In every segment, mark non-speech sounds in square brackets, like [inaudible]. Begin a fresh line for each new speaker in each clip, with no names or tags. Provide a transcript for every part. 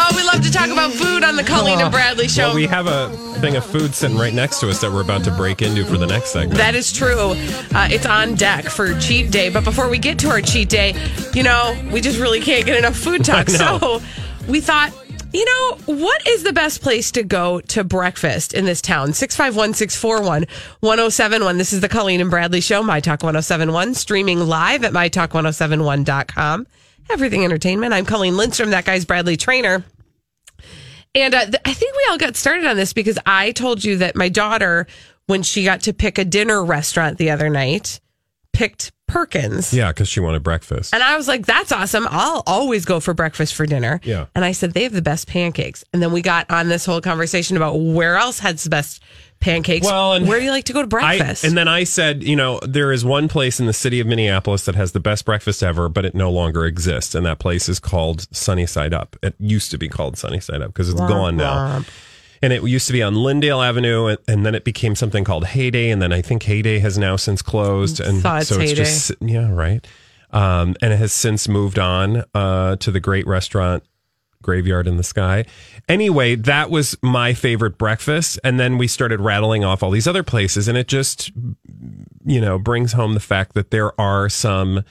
Oh, we love to talk about food on the Colleen and Bradley show.
Oh, Well, we have a thing of food sitting right next to us that we're about to break into for the next segment.
that is true. Uh, it's on deck for cheat day. But before we get to our cheat day, you know, we just really can't get enough food talk.
[laughs] I know.
So we thought, you know, what is the best place to go to breakfast in this town? 651 641 1071. This is the Colleen and Bradley show, My Talk 1071, streaming live at MyTalk1071.com. Everything Entertainment. I'm Colleen Lindstrom. That guy's Bradley Trainer. And uh, th- I think we all got started on this because I told you that my daughter, when she got to pick a dinner restaurant the other night, picked Perkins.
yeah, because she wanted breakfast.
And I was like, that's awesome. I'll always go for breakfast for dinner.
Yeah.
And I said, they have the best pancakes. And then we got on this whole conversation about where else has the best pancakes.
Well, and
where do you like to go to breakfast?
I, and then I said, you know, there is one place in the city of Minneapolis that has the best breakfast ever, but it no longer exists. And that place is called Sunny Side Up. It used to be called Sunny Side Up because it's gone now. And it used to be on Lyndale Avenue, and, and then it became something called Heyday. And then I think Heyday has now since closed. And
Saw it's
so it's
Heyday.
just, sit- yeah, right. Um, and it has since moved on uh, to the great restaurant graveyard in the sky. Anyway, that was my favorite breakfast. And then we started rattling off all these other places, and it just, you know, brings home the fact that there are some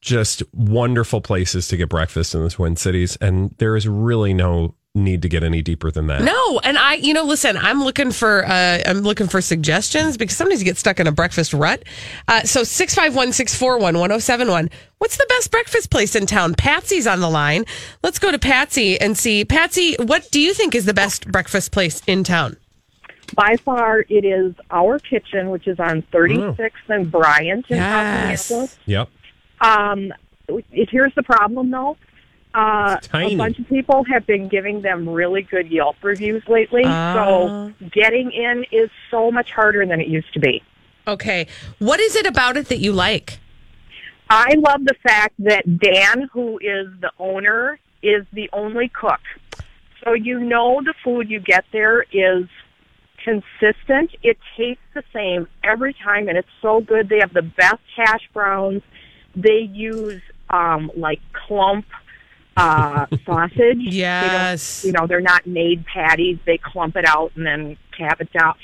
just wonderful places to get breakfast in the Twin Cities, and there is really no need to get any deeper than that.
No, and I, you know, listen, I'm looking for uh, I'm looking for suggestions because sometimes you get stuck in a breakfast rut. Uh, so six five one six four one one zero seven one. What's the best breakfast place in town? Patsy's on the line. Let's go to Patsy and see. Patsy, what do you think is the best breakfast place in town?
by far it is our kitchen which is on 36th and bryant in
Yes.
South
Yep.
Minneapolis. um it, here's the problem though uh,
tiny.
a bunch of people have been giving them really good Yelp reviews lately, so getting in is so much harder than it used to be.
Okay, what is it about it that you like?
I love the fact that Dan, who is the owner, is the only cook. So you know the food you get there is consistent. It tastes the same every time, and it's so good. They have the best hash browns. They use um, like clump uh, [laughs] sausage.
Yes.
They don't- you know they're not made patties. They clump it out and then cap it down.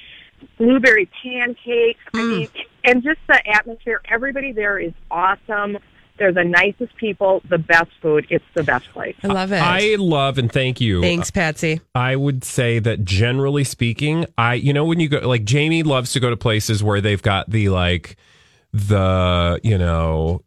Blueberry pancakes. I mean, and just the atmosphere. Everybody there is awesome. They're the nicest people. The best food. It's the best place.
I love it.
I love and thank you.
Thanks, Patsy.
I would say that generally speaking, I you know when you go like Jamie loves to go to places where they've got the like the you know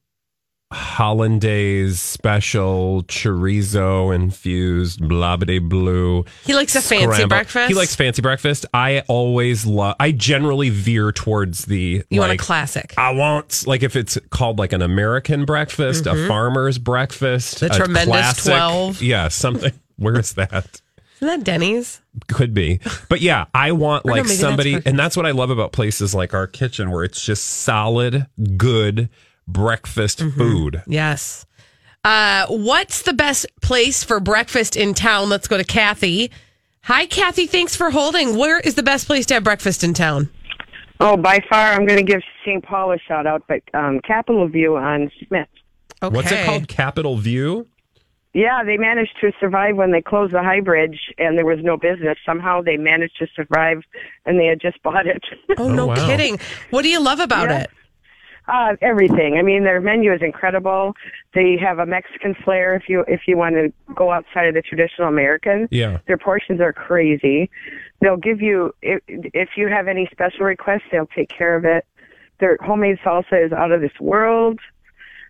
hollandaise special chorizo infused blah blah blue.
He likes a fancy
scramble-
breakfast.
He likes fancy breakfast. I always love. I generally veer towards the
You want a
like,
classic?
I want like if it's called like an American breakfast, a farmer's breakfast,
Mm-hmm. The
a
tremendous
classic-
12.
Yeah, something. [laughs] Where is that?
Isn't that Denny's?
could be but yeah i want
no,
like
maybe that's
somebody
perfect.
and that's what i love about places like our kitchen where it's just solid good breakfast
Mm-hmm.
food
Yes. Uh, what's the best place for breakfast in town? Let's go to Kathy. Hi, Kathy. Thanks for holding. Where is the best place to have breakfast in town?
Oh, by far, I'm going to give St. Paul a shout out, but um, Capitol View on Smith.
Okay.
what's it called capital view
Yeah, they managed to survive when they closed the high bridge and there was no business. Somehow they managed to survive and they had just bought it. [laughs]
Oh, no
wow.
kidding. What do you love about
Yeah.
it?
Uh, everything. I mean, their menu is incredible. They have a Mexican flair if you if you want to go outside of the traditional American.
Yeah.
Their portions are crazy. They'll give you if if you have any special requests, they'll take care of it. Their homemade salsa is out of this world.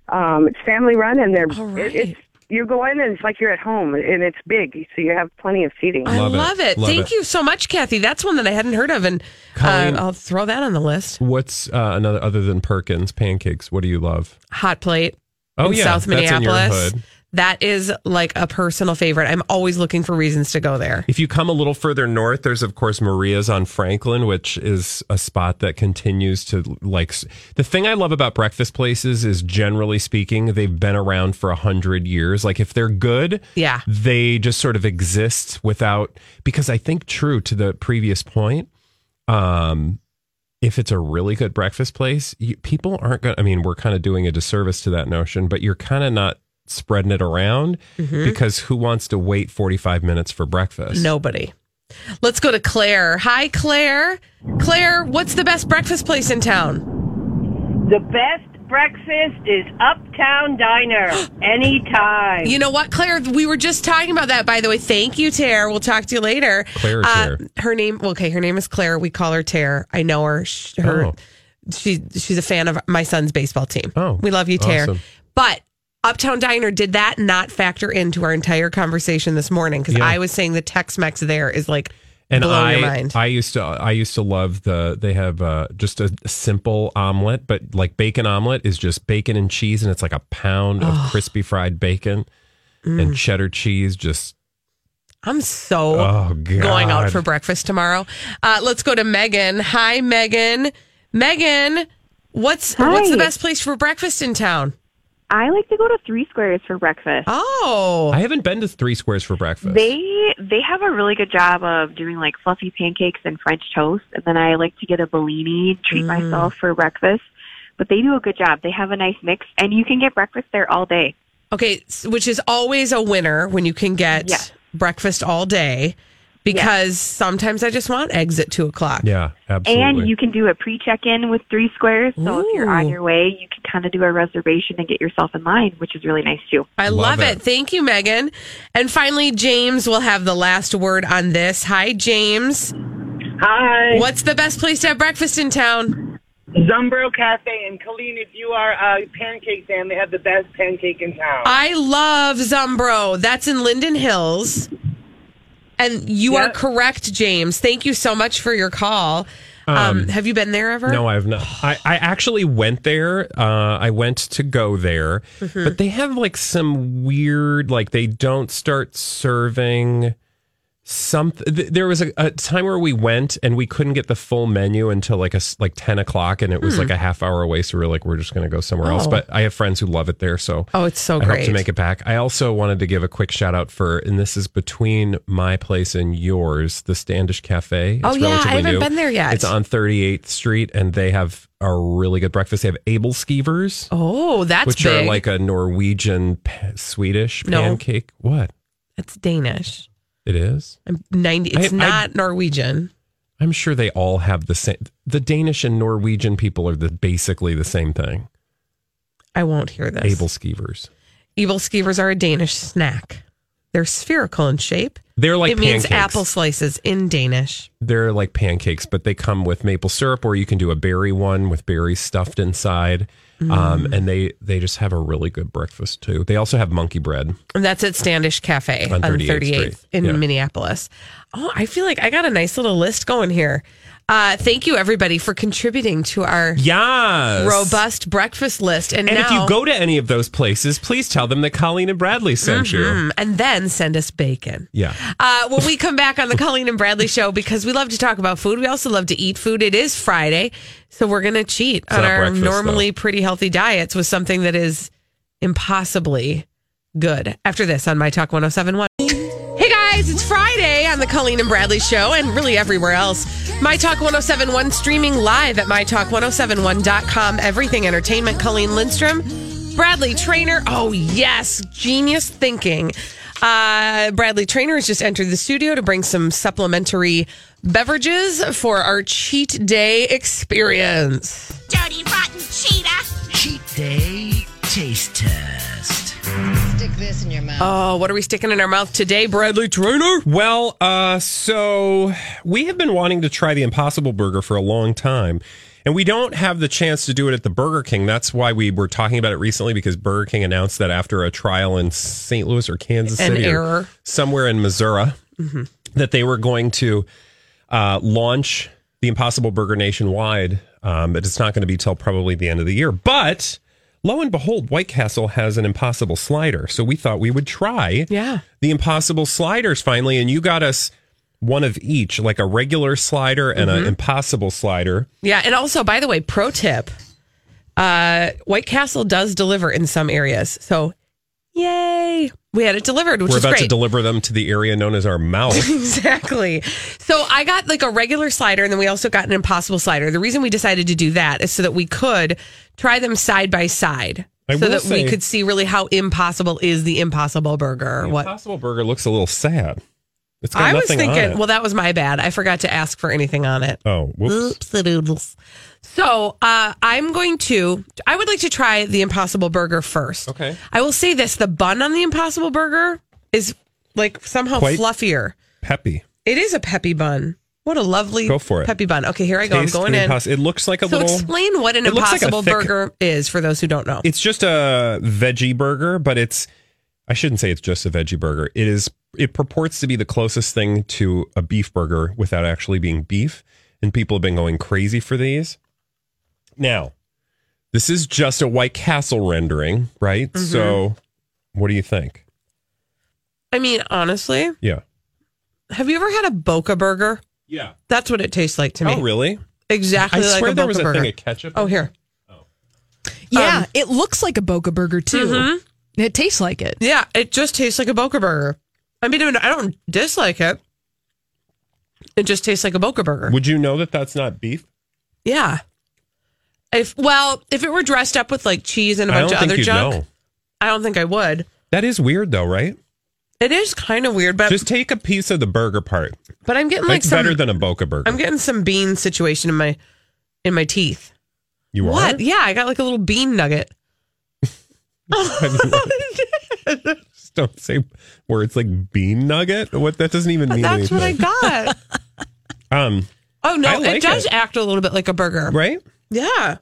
Um, it's family run, and they're
All right.
it, it's you go in and it's like you're at home, and it's big, so you have plenty of seating.
I
Love it.
love it.
Love
Thank
it.
you so much, Kathy. That's one that I hadn't heard of, and uh,
Colleen-
I'll throw that on the list.
What's uh, another other than Perkins pancakes? What do you love?
Hot plate.
Oh
in
yeah,
South
that's in your
Minneapolis.
hood.
That is like a personal favorite. I'm always looking for reasons to go there.
If you come a little further north, there's of course Maria's on Franklin, which is a spot that continues to like. s- The thing I love about breakfast places is, generally speaking, they've been around for a hundred years. Like if they're good,
Yeah.
they just sort of exist without. Because I think true to the previous point, um, if it's a really good breakfast place, you, people aren't going. to I mean, we're kind of doing a disservice to that notion, but you're kind of not spreading it around
Mm-hmm.
because who wants to wait 45 minutes for breakfast?
Nobody. Let's go to Claire. Hi, Claire. Claire, what's the best breakfast place in town?
The best breakfast is Uptown
[gasps]
Diner anytime.
You know what, Claire? We were just talking about that, by the way. Thank you, Tare. We'll talk to you later. Uh,
Claire or Tare?
Her name, well, okay, her name is Claire. We call her Tare. I know her. Sh- her
Oh.
she, she's a fan of my son's baseball team.
Oh,
we love you, Tare.
awesome.
But Uptown Diner did that not factor into our entire conversation this morning because
Yeah.
I was saying the Tex Mex there is like
And
blowing
I,
your mind.
I used to, I used to love the. They have uh, just a simple omelet, but like bacon omelet is just bacon and cheese, and it's like a pound of crispy fried bacon
Mm.
and cheddar cheese. Just
I'm so
oh god,
going out for breakfast tomorrow. Uh, let's go to Megan. Hi, Megan. Megan, what's what's the best place for breakfast in town?
I like to go to Three Squares for breakfast.
Oh,
I haven't been to Three Squares for breakfast.
They they have a really good job of doing like fluffy pancakes and French toast, and then I like to get a Bellini, treat myself for breakfast. But they do a good job. They have a nice mix, and you can get breakfast there all day.
okay, s- which is always a winner when you can get
Yes.
breakfast all day, because sometimes I just want eggs at two o'clock.
yeah, absolutely.
And you can do a pre-check in with Three Squares. So if you're on
Ooh.
your way, you can kind of do a reservation and get yourself in line, which is really nice too.
I love,
Love
it.
it.
Thank you, Megan. And finally, James will have the last word on this. Hi, James.
Hi.
What's the best place to have breakfast in town?
Zumbro Cafe. And Colleen, if you are a pancake fan, they have the best pancake in town.
I love Zumbro. That's in Linden Hills. And you are
Yep.
correct, James. Thank you so much for your call. Um, have you been there ever?
No, I have not. I, I actually went there. Uh, I went to go there,
Mm-hmm.
but they have like some weird, like they don't start serving something. Th- there was a, a time where we went and we couldn't get the full menu until like a s- like ten o'clock, and it was like a half hour away. So we were like, we're just going to go somewhere else.
Hmm. Oh.
But I have friends who love it there, so
Oh, it's so
I hope
great.
to make it back. I also wanted to give a quick shout out for, and this is between my place and yours, the Standish Cafe. It's
Oh, yeah, I
relatively
haven't
new.
been there yet.
It's on 38th Street, and they have a really good breakfast. They have Abel Skeevers,
oh, that's
which
big.
are like a Norwegian pa- Swedish
No.
pancake. What
it's Danish.
it is?
I'm 90. It's
I- I-
not Norwegian.
I'm sure they all have the same. The Danish and Norwegian people are the basically the same thing.
I won't hear this.
Abel Skeevers.
Evil skivers are a Danish snack. They're spherical in shape.
They're like
it means
pancakes.
apple slices in Danish.
they're like pancakes, but they come with maple syrup, or you can do a berry one with berries stuffed inside. Um, and they they just have a really good breakfast too. They also have monkey bread.
And that's at Standish Cafe on
On
38th,
38th Street.
in
Yeah.
Minneapolis. Oh, I feel like I got a nice little list going here. Uh, thank you, everybody, for contributing to our
Yes,
robust breakfast list. And,
And
now,
if you go to any of those places, please tell them that Colleen and Bradley sent you.
Mm, and then send us bacon.
Yeah.
Uh, when we come back on the Colleen and Bradley show, because we love to talk about food, we also love to eat food. It is Friday, so we're going to cheat on
not
our
breakfast,
normally
though.
pretty healthy diets with something that is impossibly good. After this on My Talk 1071. Hey guys, it's Friday on the Colleen and Bradley show and really everywhere else. My Talk 1071 streaming live at mytalk1071.com. Everything Entertainment, Colleen Lindstrom, Bradley Trainer. Oh, yes, genius thinking. Uh, Bradley Trainer has just entered the studio to bring some supplementary beverages for our cheat day experience.
dirty, rotten cheetah. Birthday taste test.
Stick this in your mouth.
Oh, what are we sticking in our mouth today, Bradley [laughs] Trainer?
Well, uh, so we have been wanting to try the Impossible Burger for a long time, and we don't have the chance to do it at the Burger King. That's why we were talking about it recently because Burger King announced that after a trial in St. Louis or Kansas
An
City, or
error. Mm-hmm.
somewhere in Missouri, that they were going to uh, launch the Impossible Burger nationwide. Um, but it's not going to be till probably the end of the year. But lo and behold, White Castle has an Impossible Slider, so we thought we would try
Yeah.
the impossible sliders finally and you got us one of each like a regular slider and
Mm-hmm.
an impossible slider
Yeah. And also, by the way, pro tip uh, White Castle does deliver in some areas. So, yay. We had it delivered, which
we're
is
about
great.
to deliver them to the area known as our
[laughs]
mouth
exactly. So I got like a regular slider, and then we also got an impossible slider. The reason we decided to do that is so that we could try them side by side,
I
so
will
that
say-
we could see really how impossible is the impossible burger. or [laughs]
the
what
impossible burger looks a little sad it's got
I was
nothing on
thinking,
it.
well, Mm. that was my bad. I forgot to ask for anything on it.
oh whoops
doodles. So uh, I'm going to. I would like to try the Impossible Burger first.
Okay.
I will say this: the bun on the Impossible Burger is like somehow
Quite-
fluffier.
peppy
It is a peppy bun. What a lovely
Go for it.
peppy bun. Okay, here I go.
Taste
I'm going
the
in.
imposs- it looks like a
so
little
explain what an
it looks like a
Impossible
thick-
Burger is for those who don't know.
it's just a veggie burger but it's i shouldn't say it's just a veggie burger it is it purports to be the closest thing to a beef burger without actually being beef and people have been going crazy for these now this is just a white castle rendering right
Mm-hmm.
so what do you think
I mean, honestly,
yeah
have you ever had a Boca Burger?
yeah
That's what it tastes like to me.
oh really
Exactly
i
like
swear
a Boca
there was a
Burger.
thing of ketchup
oh, here.
yeah,
um, Mm-hmm.
it looks like a Boca burger too. It tastes like it.
Yeah, it just tastes like a Boca burger. I mean, I don't dislike it. It just tastes like a Boca burger.
would you know that that's not beef
yeah. If well, if it were dressed up with like cheese and a
i don't
bunch of
think
other
you'd
junk,
know
I don't think I would.
that is weird though right
It is kind of weird, but
just take a piece of the burger part
but I'm getting Um, like
that's
some.
better than a boca burger
I'm getting some bean situation in my in my teeth.
you are
What? Yeah, I got like a little bean nugget. [laughs]
Just don't say words like bean nugget. What that doesn't even mean
That's what I
anything.
got.
um,
Oh no,
I
it
like
does
it.
act a little bit like a burger.
right?
Yeah.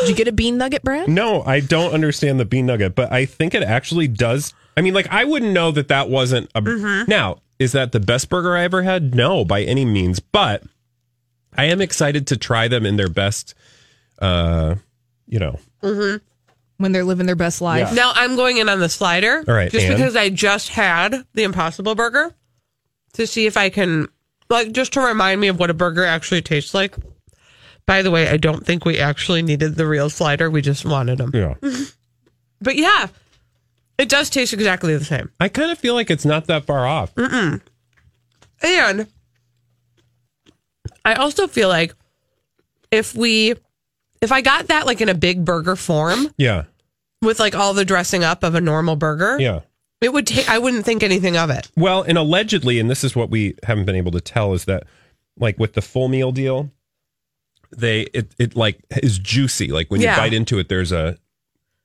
Did you get a bean nugget, Brad?
No, I don't understand the bean nugget, but I think it actually does. I mean, like I wouldn't know that that wasn't a.
Mm-hmm.
Now, is that the best burger I ever had? No, by any means, but I am excited to try them in their best. Uh, you know,
When they're living their best life.
Now I'm going in on the slider.
All right,
Just
and?
because I just had the Impossible Burger to see if I can, like, just to remind me of what a burger actually tastes like. By the way, I don't think we actually needed the real slider. We just wanted them. [laughs]
yeah.
But yeah, it does taste exactly the same.
I kind of feel like it's not that far off.
Mm. And I also feel like if we, if I got that like in a big burger form
Yeah,
with like all the dressing up of a normal burger,
yeah.
it would take, I wouldn't think anything of it.
Well, and allegedly, and this is what we haven't been able to tell is that, like with the full meal deal, they it it like is juicy. Like when
Yeah.
you bite into it, there's a,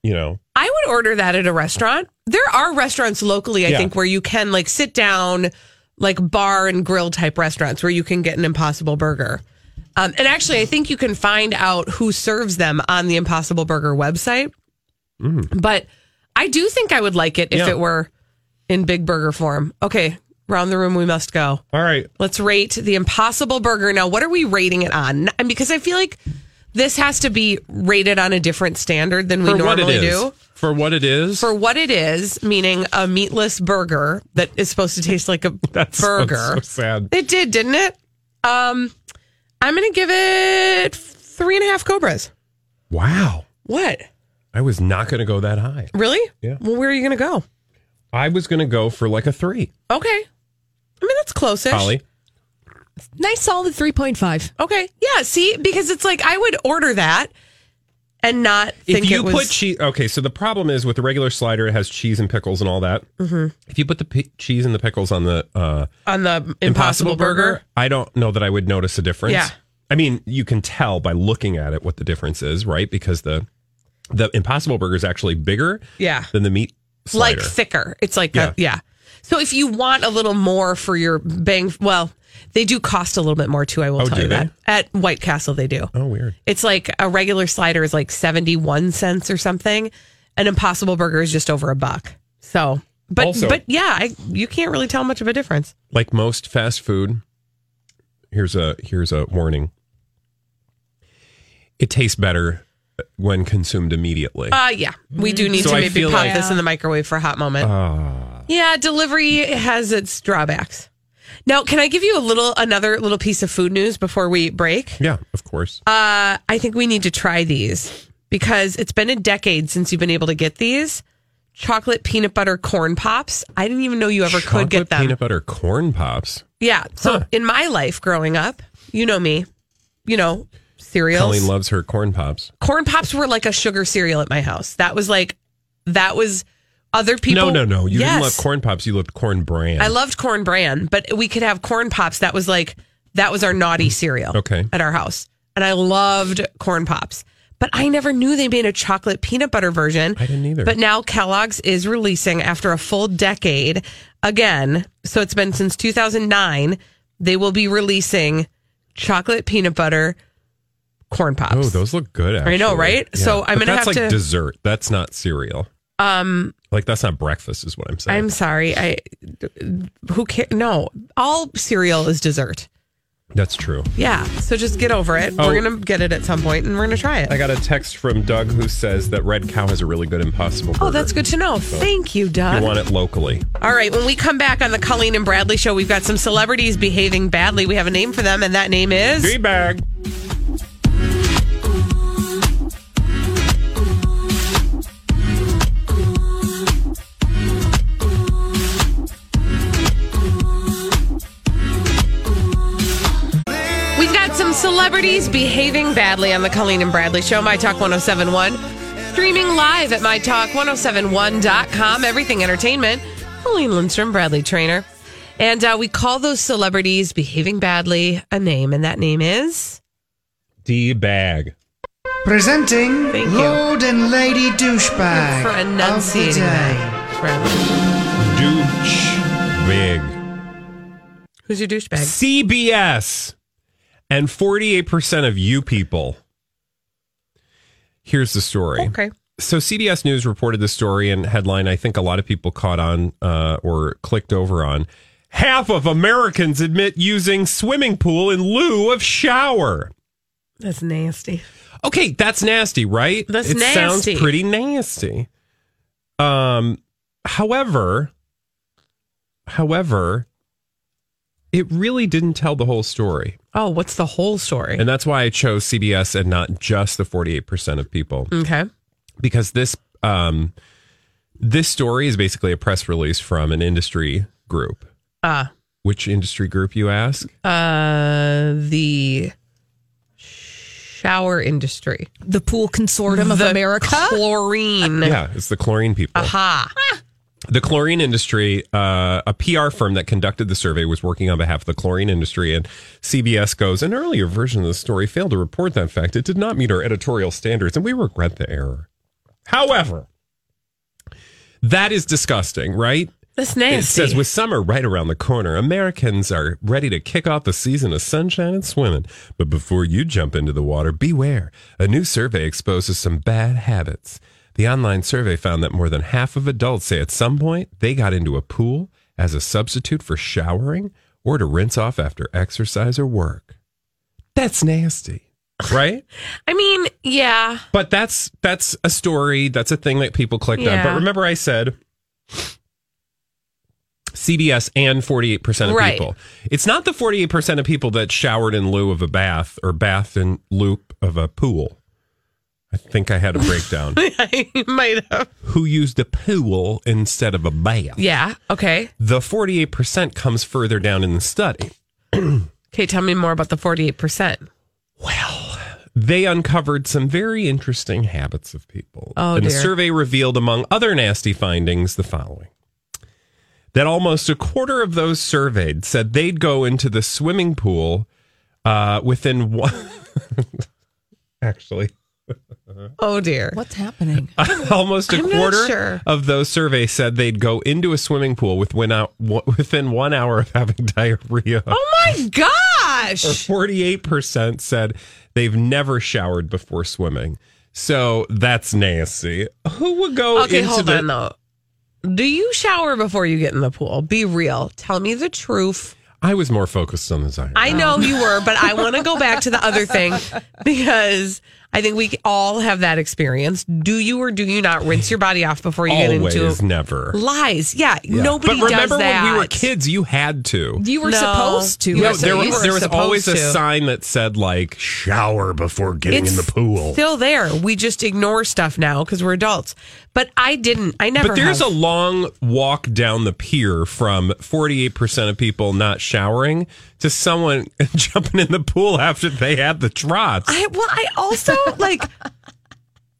you know,
I would order that at a restaurant. There are restaurants locally, I
Yeah.
think, where you can like sit down, like bar and grill type restaurants where you can get an Impossible Burger. Um, and actually, I think you can find out who serves them on the Impossible Burger website. But I do think I would like it if
Mm. Yeah.
it were in big burger form. Okay, round the room we must go.
all right,
Let's rate the Impossible Burger. Now, what are we rating it on? And because I feel like this has to be rated on a different standard than we
for what it
normally
is,
do
for what it is,
for what it is, meaning a meatless burger that is supposed to taste like a
[laughs] [laughs] That sounds
burger.
So sad.
It did, didn't it? Um, I'm going to give it three and a half cobras.
Wow,
What?
I was not going to go that high.
Really?
Yeah.
Well, where are you going to go?
I was going to go for like a three,
Okay. I mean, that's close-ish.
Holly.
Nice solid three point five.
Okay. Yeah. See, because it's like I would order that and not think
if you
it was.
put cheese, okay. So the problem is with the regular slider, it has cheese and pickles and all that.
Mm-hmm.
If you put the p- cheese and the pickles on the uh,
on the Impossible,
Impossible
Burger.
Burger, I don't know that I would notice a difference.
Yeah.
I mean, you can tell by looking at it what the difference is, right? Because the the Impossible Burger is actually bigger
Yeah.
than the meat slider.
like thicker. It's like
Yeah.
a, yeah. So if you want a little more for your bang, well, they do cost a little bit more too. I will
Oh,
tell
do
you
they?
that at White Castle they do.
oh, weird.
It's like a regular slider is like seventy one cents or something. An Impossible Burger is just over a buck. So, but
Also-
but yeah, I, you can't really tell much of a difference.
like most fast food here's a here's a warning it tastes better when consumed immediately
Uh yeah, we do need
So
to
I
maybe
feel
pop
like-
this in the microwave for a hot moment.
Ah.
Yeah, delivery has its drawbacks. Now, can I give you a little another little piece of food news before we break?
yeah of course
Uh, I think we need to try these because it's been a decade since you've been able to get these chocolate peanut butter corn pops. I didn't even know you ever could get
Chocolate
them.
peanut butter corn pops
yeah. So
Huh.
in my life growing up, you know me, you know, cereals.
colleen loves her corn pops
corn pops were like a sugar cereal at my house. That was like, that was other people.
no no no you
Yes.
didn't love corn pops you loved corn bran
I loved corn bran, but we could have corn pops. That was like that was our naughty cereal.
Okay.
At our house, and I loved corn pops, but I never knew they made a chocolate peanut butter version.
I didn't either.
But now Kellogg's is releasing after a full decade again. So it's been since 2009. They will be releasing chocolate peanut butter corn pops.
oh those look good actually.
I know, right? So I'm gonna
But that's
have
like
to-
dessert that's not cereal um like that's not breakfast is what i'm saying
I'm sorry. I who care? No, all cereal is dessert.
that's true
Yeah. So just get over it.
Oh.
We're going to get it at some point and we're going to try it.
i got a text from doug who says that red cow has a really good impossible burger.
Oh, that's good to know. Thank you,
you
Doug.
want it locally
All right. When we come back on the Colleen and Bradley show, we've got some celebrities behaving badly. We have a name for them, and that name is.
bag.
We've got some celebrities behaving badly on the Colleen and Bradley show, My Talk 1071. Streaming live at MyTalk1071.com. Everything Entertainment. Colleen Lindstrom, Bradley Trainer. And uh, we call those celebrities behaving badly a name, and that name is.
D bag.
Presenting
Thank you.
Lord and Lady Douchebag
for
of the
enunciating
day.
that. Bradley.
Douche big.
Who's your douchebag?
CBS and 48% of you people. Here's the story.
Okay.
So CBS News reported the story and headline I think a lot of people caught on uh, or clicked over on. Half of Americans admit using swimming pool in lieu of shower.
That's nasty.
Okay, that's nasty, right?
That's
it
nasty.
sounds pretty nasty. Um, however, however, it really didn't tell the whole story,
Oh, what's the whole story?
and that's why I chose CBS and not just the forty-eight percent of people
okay.
because this um, this story is basically a press release from an industry group.
Ah.
Which industry group, you ask?
Uh, the shower industry.
The Pool Consortium of
The
America.
Chlorine.
Yeah, it's the chlorine people.
Aha.
The chlorine industry, uh, a PR firm that conducted the survey was working on behalf of the chlorine industry, and CBS goes, an earlier version of the story failed to report that fact. It did not meet our editorial standards, and we regret the error. However, that is disgusting, right?
[laughs] That's
It
nasty.
says, with summer right around the corner, Americans are ready to kick off the season of sunshine and swimming. But before you jump into the water, beware. A new survey exposes some bad habits. The online survey found that more than half of adults say at some point they got into a pool as a substitute for showering or to rinse off after exercise or work. That's nasty, right?
I mean, yeah.
But that's that's a story. That's a thing that people clicked on. But
Yeah.
remember, I said CBS and forty eight percent of
Right.
people. It's not the forty eight percent of people that showered in lieu of a bath or bathed in loop of a pool. I think I had
[laughs]
a breakdown.
[laughs] I might have.
Who used a pool instead of a bath?
Yeah. Okay.
The forty eight percent comes further down in the study.
Okay. Tell me more about the 48%.
Well, they uncovered some very interesting habits of people.
Oh,
and the
dear.
survey revealed, among other nasty findings, the following that almost a quarter of those surveyed said they'd go into the swimming pool Uh, within one, [laughs] actually, [laughs]
Oh dear.
What's happening?
almost a
I'm not
quarter
sure.
of those surveys said they'd go into a swimming pool with win- out- w- [laughs] within one hour of having [laughs] diarrhea.
Oh my gosh.
[laughs] Forty-eight percent said they've never showered before swimming. So that's nasty. Who would go
Okay,
into
hold
the
on though. Do you shower before you get in the pool? Be real. Tell me the truth.
I was more focused on the Zyra.
I know you were, but I want to go back to the other thing
[laughs]
because I think we all have that experience. Do you or do you not rinse your body off before you
Always,
get into
never.
lies? Yeah,
but
nobody does
remember
that.
when we were kids, you had to.
You were
No.
supposed to.
You
No,
were
That's what
there,
you
was,
were
there was always a
supposed to.
sign that said like shower before getting in the pool.
Still there. We just ignore stuff now because we're adults. But I didn't. I never.
but there's
have.
a long walk down the pier from 48% of people not showering to someone [laughs] jumping in the pool after they had the trots.
I well, I also
[laughs]
like.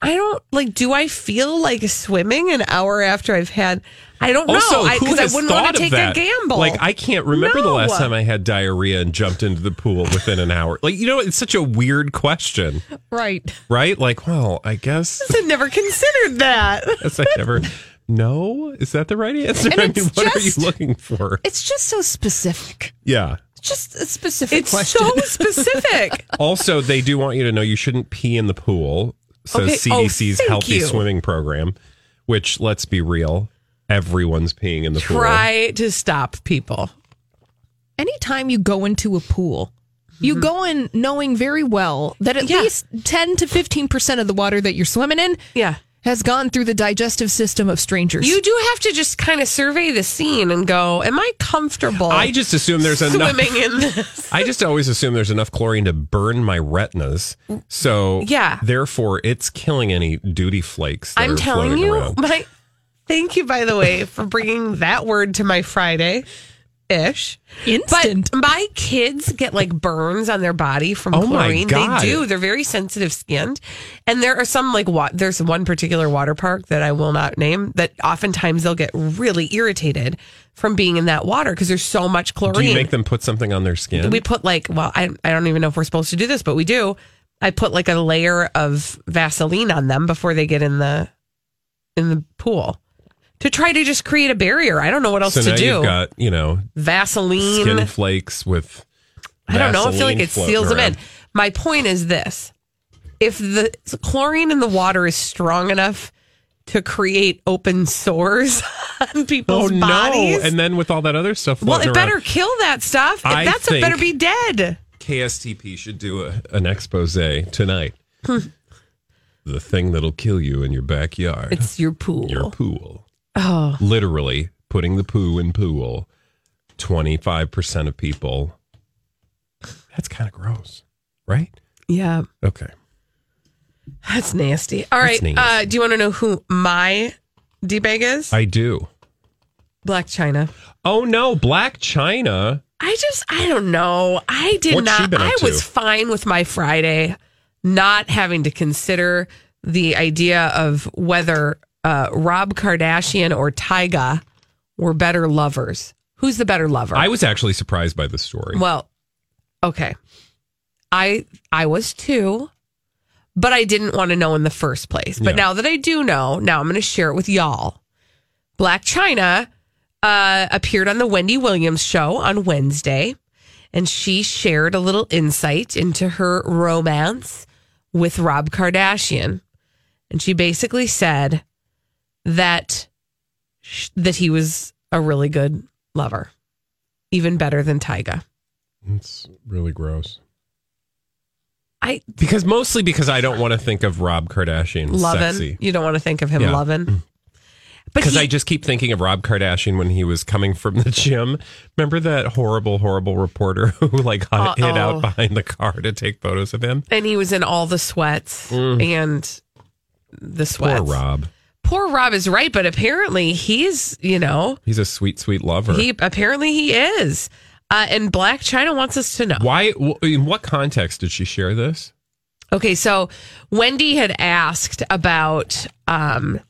I don't like. Do I feel like swimming an hour after I've had? I don't
also,
know
who
because I,
has
wouldn't
thought
want to
of
take
that?
a gamble.
Like, I can't remember the last
No.
time I had diarrhea and jumped into the pool within an hour. Like, you know, it's such a weird question,
Right.
right? Like, well, I guess,
[laughs]
[laughs]
I never considered that.
guess I never. No, is that the right answer?
And
I mean,
it's
what are you
just-
looking for?
It's just so specific.
Yeah.
It's just a specific
It's
question.
so specific.
Also, they do want you to know you shouldn't pee in the pool. So
Okay. Oh,
CDC's
thank
healthy
you.
swimming program, which let's be real, everyone's peeing in the
Try to stop people.
Anytime you go into a pool, you go in knowing very well that at
Mm-hmm. Yeah.
least 10 to 15% of the water that you're swimming in
Yeah.
has gone through the digestive system of strangers.
You do have to just kind of survey the scene and go, "Am I comfortable?"
pool. I just assume there's enough.
swimming in
[laughs]
this. [laughs]
I just always assume there's enough chlorine to burn my retinas. So
Yeah.
therefore it's killing any duty flakes. That
I'm
are
telling
floating
you,
around.
my thank you by the way for bringing that word to my Friday ish.
Instant.
But my kids get like burns on their body from
Oh my
chlorine.
God.
They do. They're very sensitive skinned. And there are some like what there's one particular water park that I will not name that oftentimes they'll get really irritated from being in that water because there's so much chlorine.
do you make them put something on their skin?
we put like well I, I don't even know if we're supposed to do this but we do i put like a layer of vaseline on them before they get in the in the pool to try to just create a barrier i don't know what else
so now
to do
you've got you know
vaseline
skin flakes with.
i don't know i feel
Vaseline
like it
floating
seals them
around.
in my point is this if the chlorine in the water is strong enough to create open sores [laughs] on
Oh
people's
no!
bodies
And then with all that other stuff,
well
floating
it
around.
better kill that stuff
I
that's a better be
think-
dead
KSTP should do a, an expose tonight.
Hmm.
the thing that'll kill you in your backyard,
it's your pool
your pool. Oh, literally putting the poo in pool. Twenty five percent of people. That's kind of gross, right?
yeah
Okay.
That's nasty. All
That's
right.
nasty.
Uh, do you want to know who my D bag is?
I do.
Black China.
Oh no, Black China.
I just, I don't know. I did
What's she
not.
been up
I
to?
was fine with my Friday, not having to consider the idea of whether uh, Rob Kardashian or Tyga were better lovers. Who's the better lover?
I was actually surprised by the story.
Well, okay. I I was too, but I didn't want to know in the first place. But
Yeah.
now that I do know, now I'm going to share it with y'all. Black China uh, appeared on the Wendy Williams show on Wednesday, and she shared a little insight into her romance with Rob Kardashian, and she basically said that sh- that he was a really good lover, even better than Tyga.
It's really gross.
I
Because mostly because I don't want to think of Rob Kardashian
loving.
sexy.
You don't want to think of him
Yeah.
loving. But
Because
he,
I just keep thinking of Rob Kardashian when he was coming from the gym. Remember that horrible, horrible reporter [laughs] who like hid
Uh-oh.
out behind the car to take photos of him?
and he was in all the sweats and the sweats.
Mm. Poor Rob.
Poor Rob is right, but apparently he's you know
He's a sweet, sweet lover.
he apparently he is. Uh, and Black China wants us to know.
Why? wh- In what context did she share this?
Okay, so Wendy had asked about um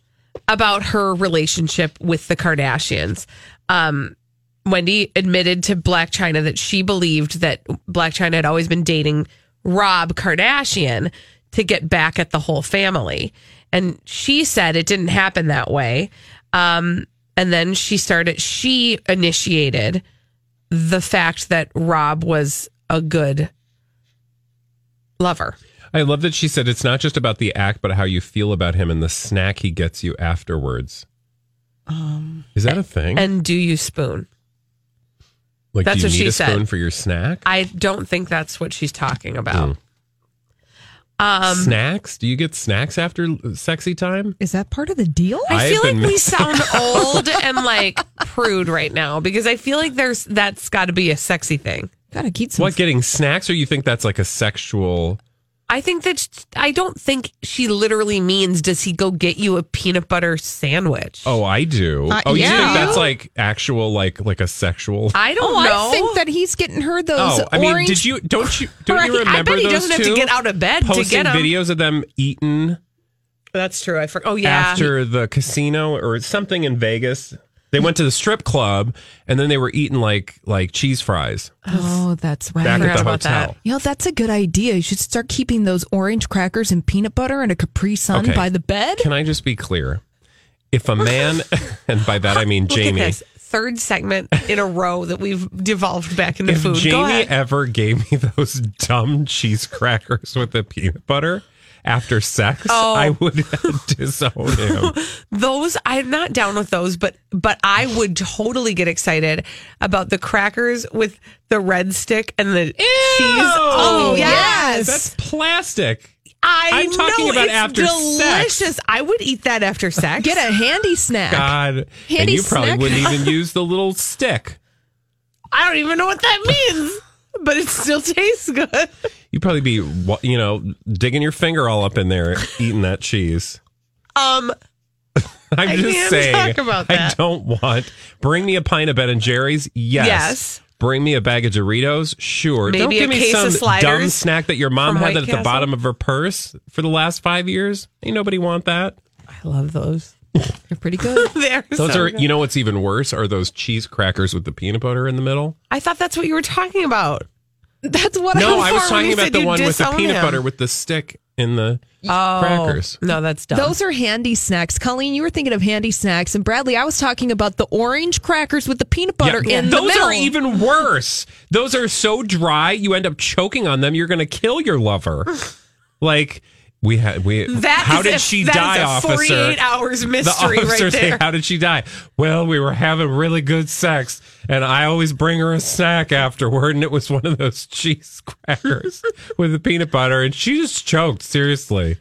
about her relationship with the Kardashians. Um Wendy admitted to Black China that she believed that Black China had always been dating Rob Kardashian to get back at the whole family. And she said it didn't happen that way. Um, and then she started, she initiated the fact that Rob was a good lover.
I love that she said it's not just about the act, but how you feel about him and the snack he gets you afterwards. Um, Is that a thing?
And do you spoon?
like,
eh, that's
do you
what
need
she
a spoon
said.
for your snack?
I don't think that's what she's talking
Mm.
about. Um,
snacks? Do you get snacks after l- sexy time?
Is that part of the deal?
I
I've
feel like
been
we
missing [laughs]
sound old and like prude right now because I feel like there's that's got to be a sexy thing.
Gotta keep some.
What getting snacks, or you think that's like a sexual?
I think that sh I don't think she literally means does he go get you a peanut butter sandwich?
Oh, I do.
Uh,
oh, you
yeah.
think that's like actual, like like a sexual?
I don't
Oh,
know.
I think that he's getting her those.
oh, I mean,
orange-
did you don't you don't you
Right.
remember
I bet he
those
doesn't
two
have to get out of bed to
posting
get 'em.
videos of them eating
that's true. I forgot. Oh yeah.
after the casino or something in Vegas? They went to the strip club and then they were eating like like cheese fries
Oh, that's right.
back
forgot
at the
about that.
hotel.
You know, that's a good idea. You should start keeping those orange crackers and peanut butter and a Capri Sun
Okay.
by the bed.
Can I just be clear? If a man, [laughs] and by that I
[laughs]
mean
Look at
Jamie,
this third segment in a row that we've devolved back into
if
food. go
Jamie
ahead.
ever gave me [laughs] those dumb cheese crackers with the peanut butter after sex,
Oh.
I would [laughs] disown him.
those I'm not down with those, but but I would totally get excited about the crackers with the red stick and the cheese. Oh
yes.
That's plastic.
I
I'm talking
know,
about
it's
after sex.
delicious. I would eat that after sex.
Get a handy snack.
God. and
Handy
you probably
snack.
wouldn't
[laughs]
even use the little stick.
I don't even know what that means, but it still tastes good.
You'd probably be, wa- you know, digging your finger all up in there eating that cheese.
Um,
[laughs] I'm
I
just
can't
saying.
talk about
I
that.
don't want. Bring me a pint of Ben and Jerry's. Yes.
Yes.
Bring me a bag of Doritos. Sure.
Maybe
don't
a
give me
case
some
of
dumb
sliders
snack that your mom
from
had
White
at the
Castle.
bottom of her purse for the last five years. Ain't nobody want that.
I love those.
They're
[laughs]
pretty good.
There,
Those are, you know, what's even worse are those cheese crackers with the peanut butter in the middle.
I thought that's what you were talking about.
That's what
No,
I
I was
Before
talking
you
about
said
the
you
one with the
disown
peanut
him. Oh.
butter with the stick in the crackers.
No, that's dumb.
Those are handy snacks. Colleen, you were thinking of handy snacks. And Bradley, I was talking about the orange crackers with the peanut butter
Yeah,
in
those
the middle.
are even worse. Those are so dry, you end up choking on them. You're going to kill
[laughs]
your lover. like we had, we.
That
how
is
did
a-
she
that is
die,
a
officer?
48 hours
The
mystery
officer
right
saying,
there.
"How did she die?" Well, we were having really good sex, and I always bring her a snack afterward, and it was one of those cheese [laughs] crackers with the peanut butter, and she just choked seriously.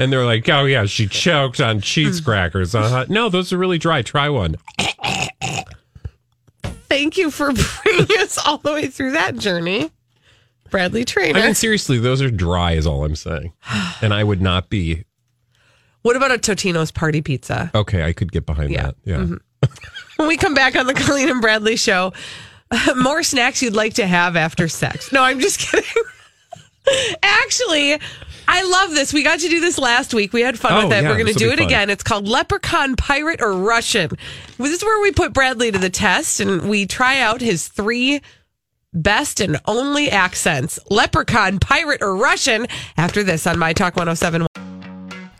And they're like, "Oh yeah, she choked on cheese
Mm.
crackers." Uh-huh. No, those are really dry. Try one.
Thank you for [laughs] bringing us all the way through that journey, Bradley Trainer.
I mean, seriously, those are dry, is all I'm saying. And I would not be
what about a Totino's party pizza?
okay. I could get behind
Yeah.
that. Yeah.
When we come back on the Colleen and Bradley show, [laughs] more snacks you'd like to have after sex. No, I'm just [laughs] kidding. Actually, I love this. We got to do this last week. We had fun
Oh,
with it.
yeah,
We're going to
this'll
do
be
it
fun.
again. It's called Leprechaun, Pirate, or Russian. This is where we put Bradley to the test and we try out his three best and only accents Leprechaun, Pirate, or Russian after this on My Talk 107.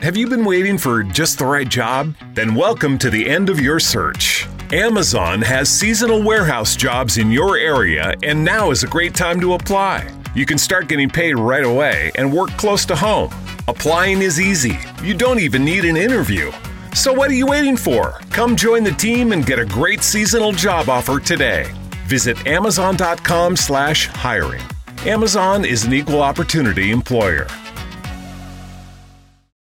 Have you been waiting for just the right job? Then welcome to the end of your search. Amazon has seasonal warehouse jobs in your area, and now is a great time to apply. You can start getting paid right away and work close to home. Applying is easy, you don't even need an interview. So, what are you waiting for? Come join the team and get a great seasonal job offer today. Visit amazon.com slash hiring. Amazon is an equal opportunity employer.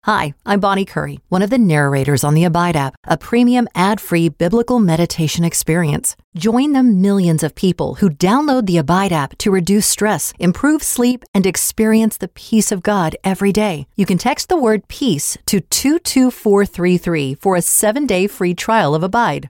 Hi, I'm Bonnie Curry, one of the narrators on the Abide app, a premium ad free biblical meditation experience. Join the millions of people who download the Abide app to reduce stress, improve sleep, and experience the peace of God every day. You can text the word peace to 22433 for a seven day free trial of Abide.